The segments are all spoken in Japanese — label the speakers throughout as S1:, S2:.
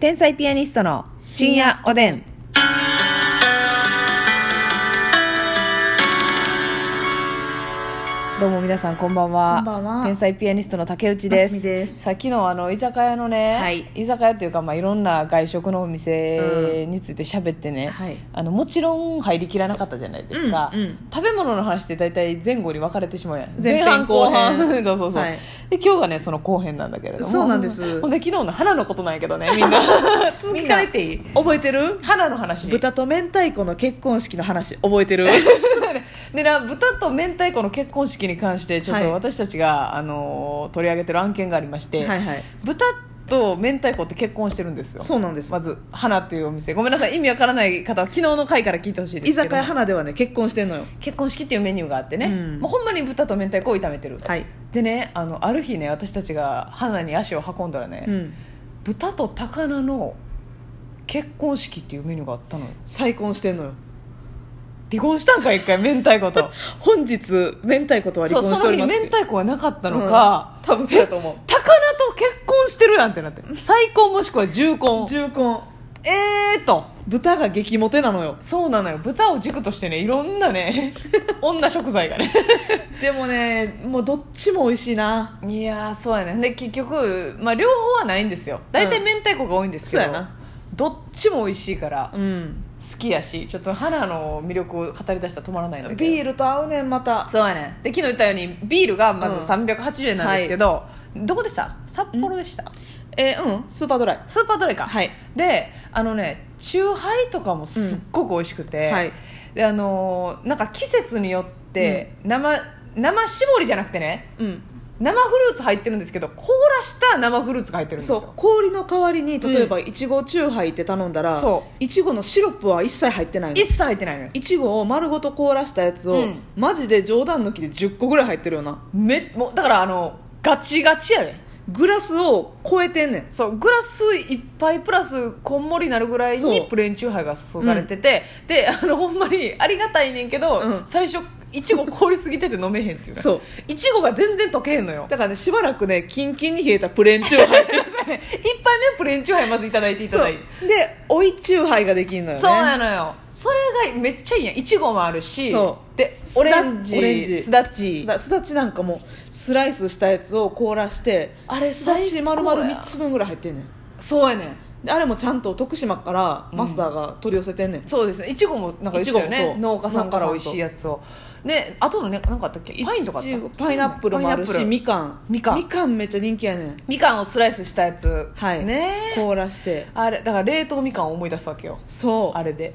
S1: 天才ピアニストの深夜おでん。どうも皆さんこんばんは。
S2: こんばんは
S1: 天才ピアニストの竹内で
S2: ます
S1: す。
S2: みです
S1: さっきのあの居酒屋のね、
S2: はい
S1: 居酒屋というかまあいろんな外食のお店について喋ってね、
S2: はい
S1: あのもちろん入りきらなかったじゃないですか。
S2: うんうん
S1: 食べ物の話って大体前後に分かれてしまうやん。
S2: 前編
S1: 半後半。
S2: 後編
S1: そうそうそう。
S2: はい
S1: で今日がねその後編なんだけれども。
S2: そうなんです
S1: ほんで昨日の花のことなんやけどねみん な続きから言っていい？
S2: 覚えてる
S1: 花の話。
S2: 豚と明太子の結婚式の話覚えてる
S1: でな豚と明太子の結婚式に関してちょっ
S2: はい
S1: と私たちが、あのー取り上げてる案件がありまして、
S2: はいはい
S1: 豚と明太子って結婚してるんですよ
S2: そうなんです、
S1: まず花っていうお店ごめんなさい意味わからない方は昨日の回から聞いてほしいです
S2: 居
S1: けど
S2: 酒屋花ではね結婚してんのよ
S1: 結婚式っていうメニューがあってね、
S2: うん
S1: もうほんまに豚と明太子を炒めてる、
S2: はい、
S1: でねあのある日ね私たちが花に足を運んだらね、
S2: うん、
S1: 豚と高菜の結婚式っていうメニューがあったのよ
S2: 再婚してんのよ
S1: 離婚したんか一回明太子と
S2: 本日明太子とは
S1: そ
S2: 離
S1: う
S2: 婚し
S1: そ
S2: てお
S1: の
S2: り
S1: 日
S2: ます
S1: 明太子はなかったのか、
S2: うん多分そうやと思う
S1: 高菜と結婚してるやんってなって再婚もしくは重婚
S2: 重婚
S1: えーと
S2: 豚が激モテなのよ
S1: そうなのよ豚を軸としてねいろんな ね女食材がね
S2: でもねもうどっちも美味しいない
S1: やーそうやねで結局、まあ、両方はないんですよ大体
S2: うん
S1: 明太子が多いんですけど、
S2: そうやな
S1: どっちも美味しいから
S2: うん
S1: 好きやしちょっと花の魅力を語り出したら止まらないんだけど
S2: ビールと合うねんまた
S1: そうやねで昨日言ったようにビールがまず
S2: うん
S1: 380円なんですけど、どこでした札幌でした、
S2: えーうんスーパードライ
S1: スーパードライか、
S2: はい
S1: であのねチューハイとかもすっごく美味しくて、
S2: うんはい
S1: であのーなんか季節によって生、生絞りじゃなくてね
S2: うん
S1: 生フルーツ入ってるんですけど凍らした生フルーツが入ってるんです
S2: そう
S1: よ
S2: 氷の代わりに例えば
S1: う
S2: いちごチューハイって頼んだら、
S1: そ
S2: いちごのシロップは一切入ってないの
S1: 一切入ってないのよ
S2: いちごを丸ごと凍らしたやつを、
S1: うん
S2: マジで冗談抜きで10個ぐらい入ってるよな
S1: めもうだからあのガチガチやで
S2: グラスを超えてんねん
S1: そうグラスいっぱいプラスこんもりなるぐらい
S2: そ
S1: に
S2: う
S1: プレーンチューハイが注がれてて、であのほんまにありがたいねんけど、
S2: うん
S1: 最初いちご凍りすぎてて飲めへんっていうね
S2: そう
S1: いちごが全然溶けへんのよ
S2: だからねしばらくねキンキンに冷えたプレーンチューハイ
S1: 一杯目プレーンチューハイまずいただいていただいて
S2: そうで追いチューハイができるのよね
S1: そうなのよそれがめっちゃいいやんいちごもあるし
S2: そ
S1: で
S2: すだ
S1: オレンジ
S2: オレンジ
S1: すだち
S2: すだすだちなんかもスライスしたやつを凍らして
S1: あれ
S2: すだ
S1: 最高
S2: ち
S1: や
S2: 丸々3つ分ぐらい入ってんねん
S1: そうやねん
S2: であれもちゃんと徳島からマスターが取り寄せてんねん、
S1: そうですねいちごもなんか言ってたよ
S2: いちごも
S1: ね
S2: そう
S1: 農家さんから美味しいやつをであとのねなんかあったっけパインとかあっ
S2: いちご
S1: た
S2: パイナップルもある
S1: パイナ
S2: し
S1: ップル
S2: みかん
S1: みかん
S2: みかんめっちゃ人気やねん
S1: みかんをスライスしたやつ
S2: はい
S1: ねえ
S2: 凍らして
S1: あれだから冷凍みかんを思い出すわけよ
S2: そう
S1: あれで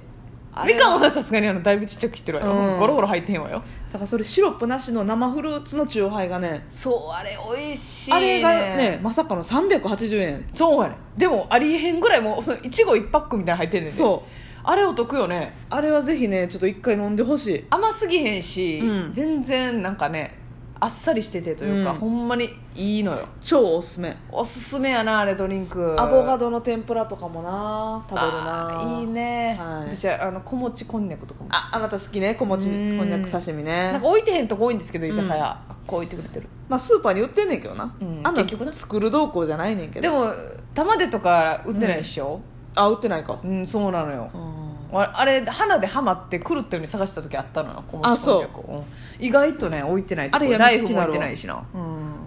S2: あれ
S1: み
S2: は
S1: かんはさすがにあのだいぶちっちゃく切ってるわよ、
S2: うん
S1: ゴロゴロ入ってへんわよ
S2: だからそれシロップなしの生フルーツのチューハイがね
S1: そうあれ美味しい、ね、
S2: あれがねまさかの380円
S1: そうやねでもありえへんぐらいもうそのいちご1パックみたいなの入ってんねんね
S2: そう
S1: あれお得よね
S2: あれはぜひねちょっと一回飲んでほしい
S1: 甘すぎへんし、
S2: うん
S1: 全然なんかねあっさりしててというか、
S2: うん
S1: ほんまにいいのよ
S2: 超おすすめ
S1: おすすめやなあれドリンク
S2: アボカドの天ぷらとかもな食べる
S1: あ
S2: な
S1: ーいい
S2: い
S1: ね、
S2: はい
S1: 私はあの小餅こんにゃくとかも
S2: ああなた好きね小餅こ
S1: うん
S2: んにゃく刺身
S1: なん
S2: ね
S1: か置いてへんとこ多いんですけど居酒屋、あこう置いてくれてる
S2: まあスーパーに売ってんねんけどな、
S1: うん
S2: あん
S1: 結局な
S2: な作る動向じゃないねんけど
S1: でも玉でとか売ってないでしょ
S2: あ売ってないか、
S1: うん、そうなのよ
S2: うん
S1: ああれ花でハマって狂ったように探した時あったのよ小
S2: あ
S1: 餅こんに
S2: そう
S1: ゃくをうん意外とね置いてないとこ
S2: あれやみ
S1: ナイ
S2: つ
S1: フ
S2: き
S1: も
S2: だ
S1: 置い
S2: ろ
S1: てないしな
S2: うん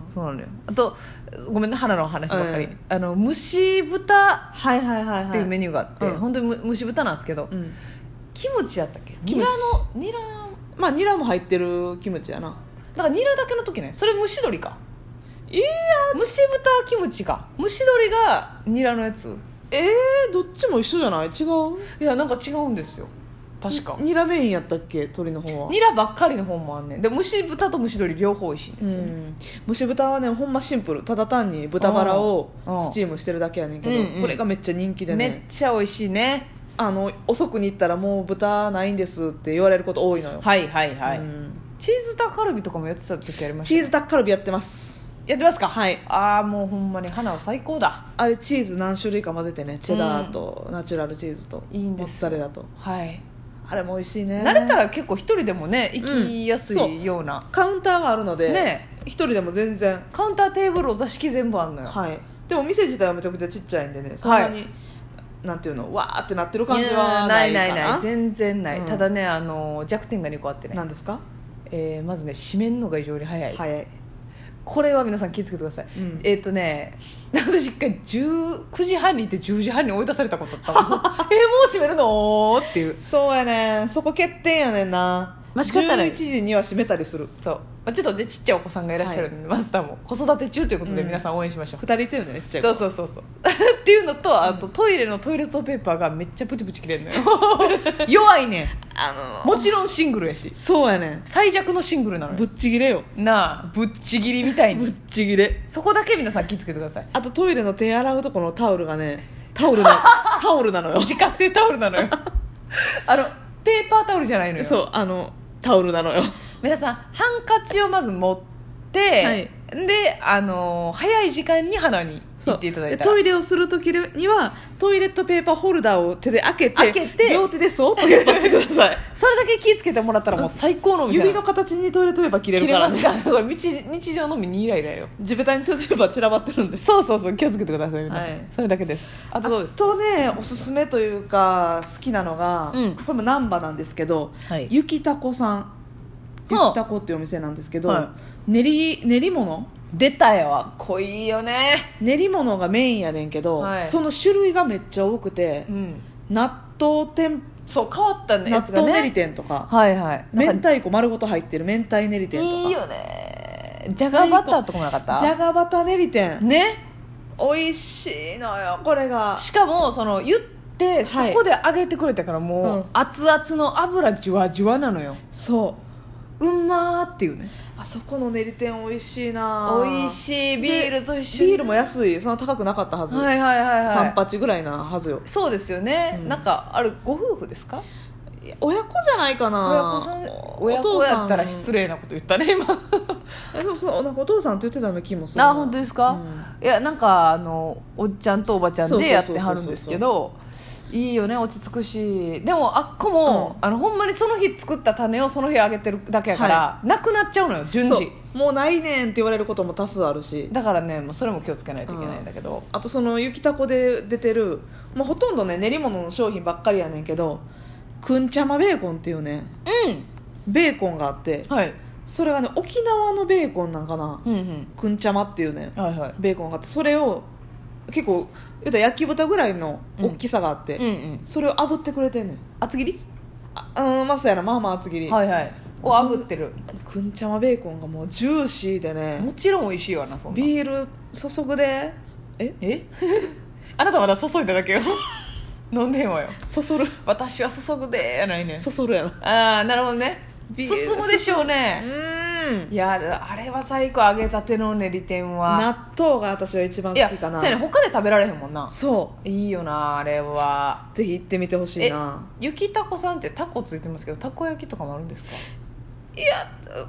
S1: そうなのよあとごめんね花の話ばっかり、
S2: うん
S1: あの蒸し豚
S2: はいはいはいはい
S1: っていうメニューがあって、
S2: はいうん
S1: 本当にむ蒸し豚なんですけど、
S2: うん
S1: キムチやったっけ
S2: キ
S1: ニ
S2: ムチ
S1: ラのニラ
S2: まあニラも入ってるキムチやな
S1: だからニラだけの時ねそれ蒸し鶏か
S2: いや
S1: 蒸し豚はキムチか蒸し鶏がニラのやつ
S2: えー、どっちも一緒じゃない違う
S1: いやなんか違うんですよ確か
S2: ニラメインやったっけ鳥の方は
S1: ニラばっかりの方もあんねんで蒸し豚と蒸し鶏両方美味しいんで
S2: う
S1: すよ、
S2: ん蒸し豚はねほんまシンプルただ単に豚バラをスチームしてるだけやねんけど、
S1: うんうん
S2: これがめっちゃ人気で
S1: めっ
S2: ね
S1: ちゃ美味しいね
S2: あの遅くに行ったらもう豚ないんですって言われること多いのよ、
S1: はいはいはい、
S2: うん
S1: チーズタッカルビとかもやってた時ありました
S2: チ
S1: ね
S2: ーズタッカルビやってます
S1: やってますか
S2: はい
S1: ああもうほんまに花は最高だ
S2: あれチーズ何種類か混ぜてねチェダーとナチュラルチーズと
S1: いいんです
S2: モッツァレラと
S1: はい
S2: あれも美味しいね
S1: 慣れたら結構一人でもね行きやす
S2: うんそう
S1: いような、
S2: カウンターがあるので、
S1: ね
S2: 一人でも全然
S1: カウンターテーブルお座敷全部あんのよ、
S2: はいでお店自体はめちゃくちゃちっちゃいんでねそんなに、なんていうのわーってなってる感じはないか
S1: やな
S2: な
S1: いない全然ない、
S2: うん
S1: ただねあの弱点が2個あってね、
S2: なんですか
S1: えーまずね締めるのが異常に早い、
S2: 早い、
S1: これは皆さん気をつけてください、
S2: うん
S1: えっ、とね 私一回10 9時半に行って10時半に追い出されたことあった もんえーもう閉めるのっていう
S2: そうやねんそこ欠点やねんな
S1: まあ仕方ない
S2: 11時には閉めたりする
S1: そうまあちょっとねちっちゃいお子さんがいらっしゃるんで、マスターも子育て中ということで
S2: うん
S1: 皆さん応援しましょう、
S2: 2人いてるんだよねちっちゃい
S1: そう
S2: 子
S1: そうそうそう っていうのとあとトイレのトイレットペーパーがめっちゃプチプチ切れるのよ 弱いねん
S2: あの
S1: もちろんシングルやし
S2: そうやねん
S1: 最弱のシングルなの
S2: ぶ
S1: よ
S2: っちぎれよ
S1: なあぶっちぎりみたい
S2: ぶっ
S1: に
S2: ちぎれ
S1: そこだけ皆さん気をつけてください
S2: あとトイレの手洗うとこのタオルがねタ オルなタオルなのよ
S1: 自家製タオルな のよあのペーパータオルじゃないのよ
S2: そうあのタオルなのよ
S1: 皆さんハンカチをまず持って、であのー早い時間に花に行っていただいた
S2: で
S1: ら
S2: トイレをする時にはトイレットペーパーホルダーを手で開けて
S1: 開けて
S2: 両手でそーっと引っ張ってください
S1: それだけ気をつけてもらったらもう最高のお店な
S2: 指の形にトイレットペーパー切れ
S1: 切
S2: る
S1: れ
S2: から
S1: ますか
S2: ね
S1: らこれ日日常のみにイライラよ
S2: 地べたにトイレットペーパー散らばってるんです
S1: そうそうそう気をつけてください皆さん、
S2: はい
S1: それだけですあとどうですか
S2: とねおすすめというか好きなのが、
S1: うん
S2: これも難波なんですけど、
S1: はい
S2: ゆきたこさんゆきたこっていうお店なんですけど、
S1: は
S2: 練り練り物
S1: 出たよは濃いよね
S2: 練り物がメインやねんけど、
S1: はい
S2: その種類がめっちゃ多くて、
S1: うん
S2: 納豆天
S1: そう変わったね
S2: 納
S1: やつが
S2: 豆練り
S1: ね
S2: 天とか
S1: はいはい
S2: 明
S1: なんか
S2: 太子丸ごと入ってる明太練り天とか
S1: いいよねじゃがバターとかもなかった
S2: じゃがバタ練り天
S1: ね
S2: 美味しいのよこれが
S1: しかもその言ってそこで揚げてくれたからもう、
S2: うん
S1: 熱々の油じゅわじゅわなのよ
S2: そう
S1: うまーっていうね
S2: あそこの練り天美味しいな
S1: 美味しいビールと一緒に
S2: ビールも安いそんな高くなかったはず、
S1: はいはいはい
S2: 三
S1: は
S2: 八ぐらいなはずよ
S1: いそうですよね、
S2: うん
S1: なんかあるご夫婦ですか
S2: いや親子じゃないか
S1: 親
S2: な
S1: 子さん
S2: お
S1: 親
S2: 父
S1: 子
S2: さん
S1: やったら失礼なこと言ったね今
S2: えでもそうなんかお父さんって言ってたの気もするな
S1: あ本当ですか、
S2: う
S1: いやなんかあのおっちゃんとおばちゃん
S2: そうそう
S1: でや
S2: そう
S1: っ
S2: そう
S1: てはるんですけどいいよね落ち着くしでもあっこも、あのほんまにその日作った種をその日あげてるだけやから、なくなっちゃうのよ順
S2: そう
S1: 次
S2: もうないねんって言われることも多数あるし
S1: だからねもうそれも気をつけないといけないんだけど、
S2: あとその雪たこで出てる、まあ、ほとんどね練り物の商品ばっかりやねんけどくんちゃまベーコンっていうねベーコンがあって
S1: はい、
S2: それがね沖縄のベーコンなんかな
S1: うんうん
S2: くんちゃまっていうね
S1: はいはい
S2: ベーコンがあってそれを結構言うたら焼き豚ぐらいの大きさがあって、
S1: うんうん
S2: それを炙ってくれてんねん
S1: 厚切り
S2: あうんまあそうやなまあまあ厚切り、
S1: はいはいを炙ってる、
S2: くんちゃまベーコンがもうジューシーでね
S1: もちろん美味しいわなそんな
S2: ビール注ぐでえ
S1: え あなたまだ注いだだけよ 飲んでへんわよ
S2: そそる
S1: 私は注ぐでーやないねん
S2: そそるやな
S1: ああなるほどね
S2: ビール
S1: 進むでしょう
S2: う
S1: ね
S2: ーん
S1: いやあれは最高揚げたての練り天は
S2: 納豆が私は一番
S1: いや
S2: 好きかな
S1: そうやね他で食べられへんもんな
S2: そ
S1: いいよなあれは
S2: うぜひ行ってみてほしいな
S1: ゆきたこさんってタコついてますけどたこ焼きとかもあるんですか
S2: いや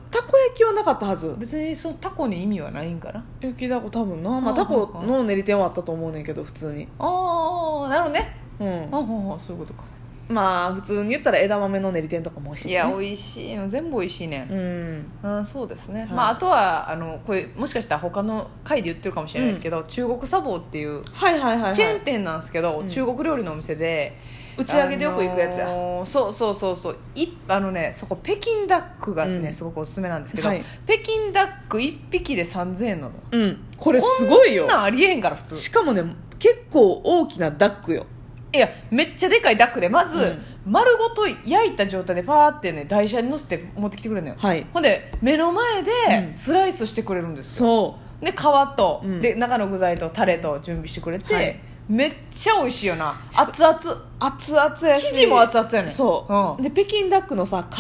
S2: たこ焼きはなかったはず
S1: 別にそのタコに意味はないんかな
S2: 雪だこ多分な、まあ、
S1: うん
S2: たこの練り天はあったと思うねんけど普通に
S1: ああなるほどね
S2: うん
S1: あああそういうことか
S2: まあ普通に言ったら枝豆の練り天とかも美味しいし
S1: い
S2: ね
S1: や美味しいの全部美味しいね
S2: うん
S1: うんそうですね、
S2: い
S1: まあ、あとはあのこれもしかしたら他の回で言ってるかもしれないですけど、中国茶房っていう
S2: はいはいはい、はい、
S1: チェーン店なんですけど、
S2: うん
S1: 中国料理のお店で
S2: 打ち上げでよく行くやつや、
S1: あのーそうそうそうそういあのねそこ北京ダックがね、
S2: うん
S1: すごくおすすめなんですけど、
S2: はい
S1: 北京ダック1匹で3000円なの
S2: うんこれすごいよ
S1: こんなんありえへんから普通
S2: しかもね結構大きなダックよ
S1: いやめっちゃでかいダックでまず、
S2: うん
S1: 丸ごと焼いた状態でパーってね台車に乗せて持ってきてくれるのよ、
S2: はい
S1: ほんで目の前
S2: う
S1: で
S2: ん
S1: スライスしてくれるんですよ、
S2: そ
S1: で皮と、
S2: うん
S1: で中の具材とタレと準備してくれて、
S2: はい
S1: めっちゃ美味しいよな熱々
S2: う熱々やし
S1: 生地も熱々やねん
S2: そ
S1: うん
S2: う、で北京ダックのさ皮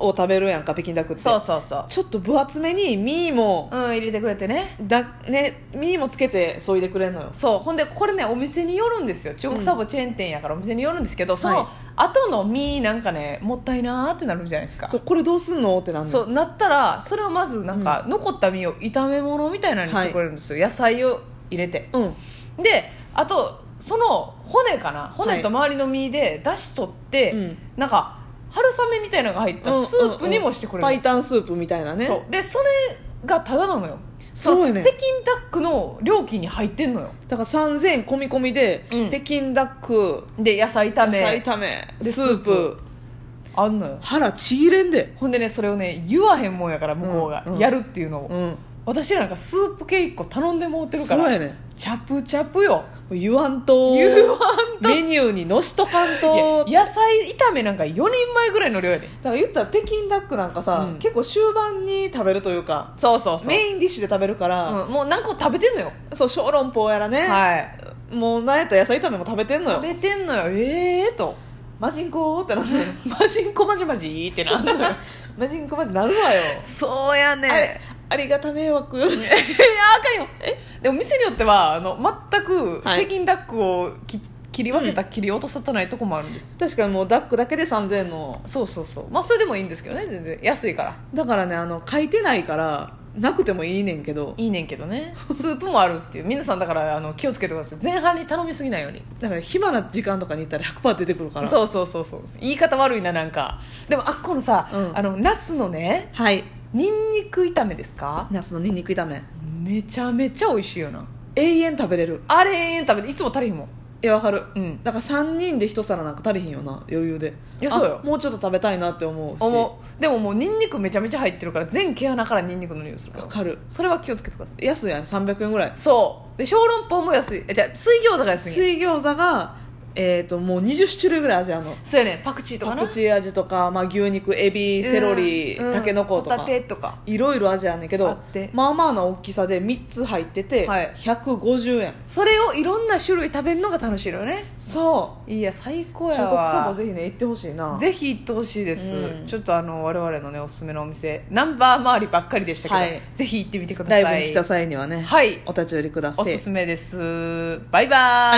S2: を食べるやんか北京ダックって
S1: そうそうそう
S2: ちょっと分厚めに身も
S1: う、ん入れてくれてね
S2: だね身もつけてそいでくれんのよ
S1: そうほんでこれねお店によるんですよ中国サボチェーン店やからお店によるんですけど、そ
S2: はい
S1: の後の身なんかねもったいなーってなるじゃないですか
S2: そうこれどうすんのってなんの
S1: そうなったらそれをまずなんか、残った身を炒め物みたいなのにしてくれるんですよ、野菜を入れて
S2: うん
S1: であとその骨かな骨と周りの身で出し取って、
S2: うん
S1: なんか春雨みたいなのが入ったスープにもしてくれるん
S2: うんうん
S1: で
S2: 白
S1: すよ
S2: 湯スープみたいなね
S1: そうでそれがただなのよ
S2: そうやねん
S1: 北京ダックの料金に入ってんのよ
S2: だから3000円込み込みで、
S1: うん
S2: 北京ダック
S1: で野菜炒
S2: 野
S1: め
S2: 菜炒め
S1: で
S2: スー
S1: スープ
S2: プ
S1: あんのよ
S2: 腹ちぎれんで
S1: ほんでねそれをね言わへんもんやから向こうが、
S2: うんうん
S1: やるっていうのを、
S2: うん
S1: 私なんかスープ系1個頼んでもうてるか
S2: そうや
S1: ら
S2: ねん
S1: チャプチャプよ
S2: 言わんと
S1: 言わんと
S2: メニューにのしとかんと
S1: いや野菜炒めなんか4人前ぐらいの量やで
S2: だから言ったら北京ダックなんかさ、
S1: うん
S2: 結構終盤に食べるというか
S1: そうそうそう、
S2: メインディッシュで食べるから、
S1: うん、もう何個食べてんのよ、
S2: そう小籠包やらね、
S1: はい
S2: もうなんやったら野菜炒めも食べてんの
S1: 食
S2: よ
S1: べてんのよええー、と
S2: マジンコーってなって
S1: マジンコマジマジってなんのよ
S2: マジンコまでなるわよ
S1: そうやねん
S2: あれありがた迷惑より
S1: いや あかんよでも店によってはあの全く
S2: はい
S1: 北京ダックをき切り分けた、切り落とさたないとこもあるんです
S2: 確かにもうダックだけで3000円の
S1: そうそうそうまあそれでもいいんですけどね全然安いから
S2: だからねあの書いてないからなくてもいいねんけど
S1: いいねんけどねスープもあるっていう皆さんだからあの気をつけてください前半に頼みすぎないように
S2: だから暇な時間とかに行ったら100%出てくるから
S1: そうそうそうそう言い方悪いななんかでもあっこのさ、
S2: うん
S1: あのナスのね
S2: はい
S1: ニンニク炒めですか
S2: ナスのニンニク炒め
S1: めちゃめちゃ美味しいよな
S2: 永遠食べれる
S1: あれ永遠食べていつも足りひんもん
S2: いやわかる
S1: うん
S2: だから3人で一皿なんか足りひんよな余裕で
S1: いやそうよ
S2: あもうちょっと食べたいなって思うし
S1: 思うでももうニンニクめちゃめちゃ入ってるから全毛穴からニンニクの匂いするか
S2: わ
S1: ら
S2: かる
S1: それは気をつけてください
S2: 安いやん300円ぐらい
S1: そうで小籠包も安いえじゃあ水餃子が安いんや
S2: 水餃子がえっ、ともう20種類ぐらい味あるの
S1: そうやねパクチーとか
S2: パ
S1: な
S2: クチー味とか、まあ、牛肉エビセロリ
S1: うん
S2: たけのこ
S1: ホ
S2: とか
S1: タテとか
S2: いろいろ味あるんだけ
S1: あ
S2: ど
S1: って
S2: まあまあな大きさで3つ入ってて、
S1: はい
S2: 150円
S1: それをいろんな種類食べるのが楽しいのよね
S2: そう
S1: いや最高
S2: 中
S1: や
S2: 国サ
S1: わ
S2: ボぜひね行ってほしいな
S1: ぜひ行ってほしいです、
S2: うん
S1: ちょっとあの我々のねおすすめのお店ナンバー周りばっかりでしたけど、
S2: はい
S1: ぜひ行ってみてくださ
S2: ラ
S1: い
S2: イブに来た際にはね、
S1: はい
S2: お立ち寄りください
S1: おすすめですバイバイ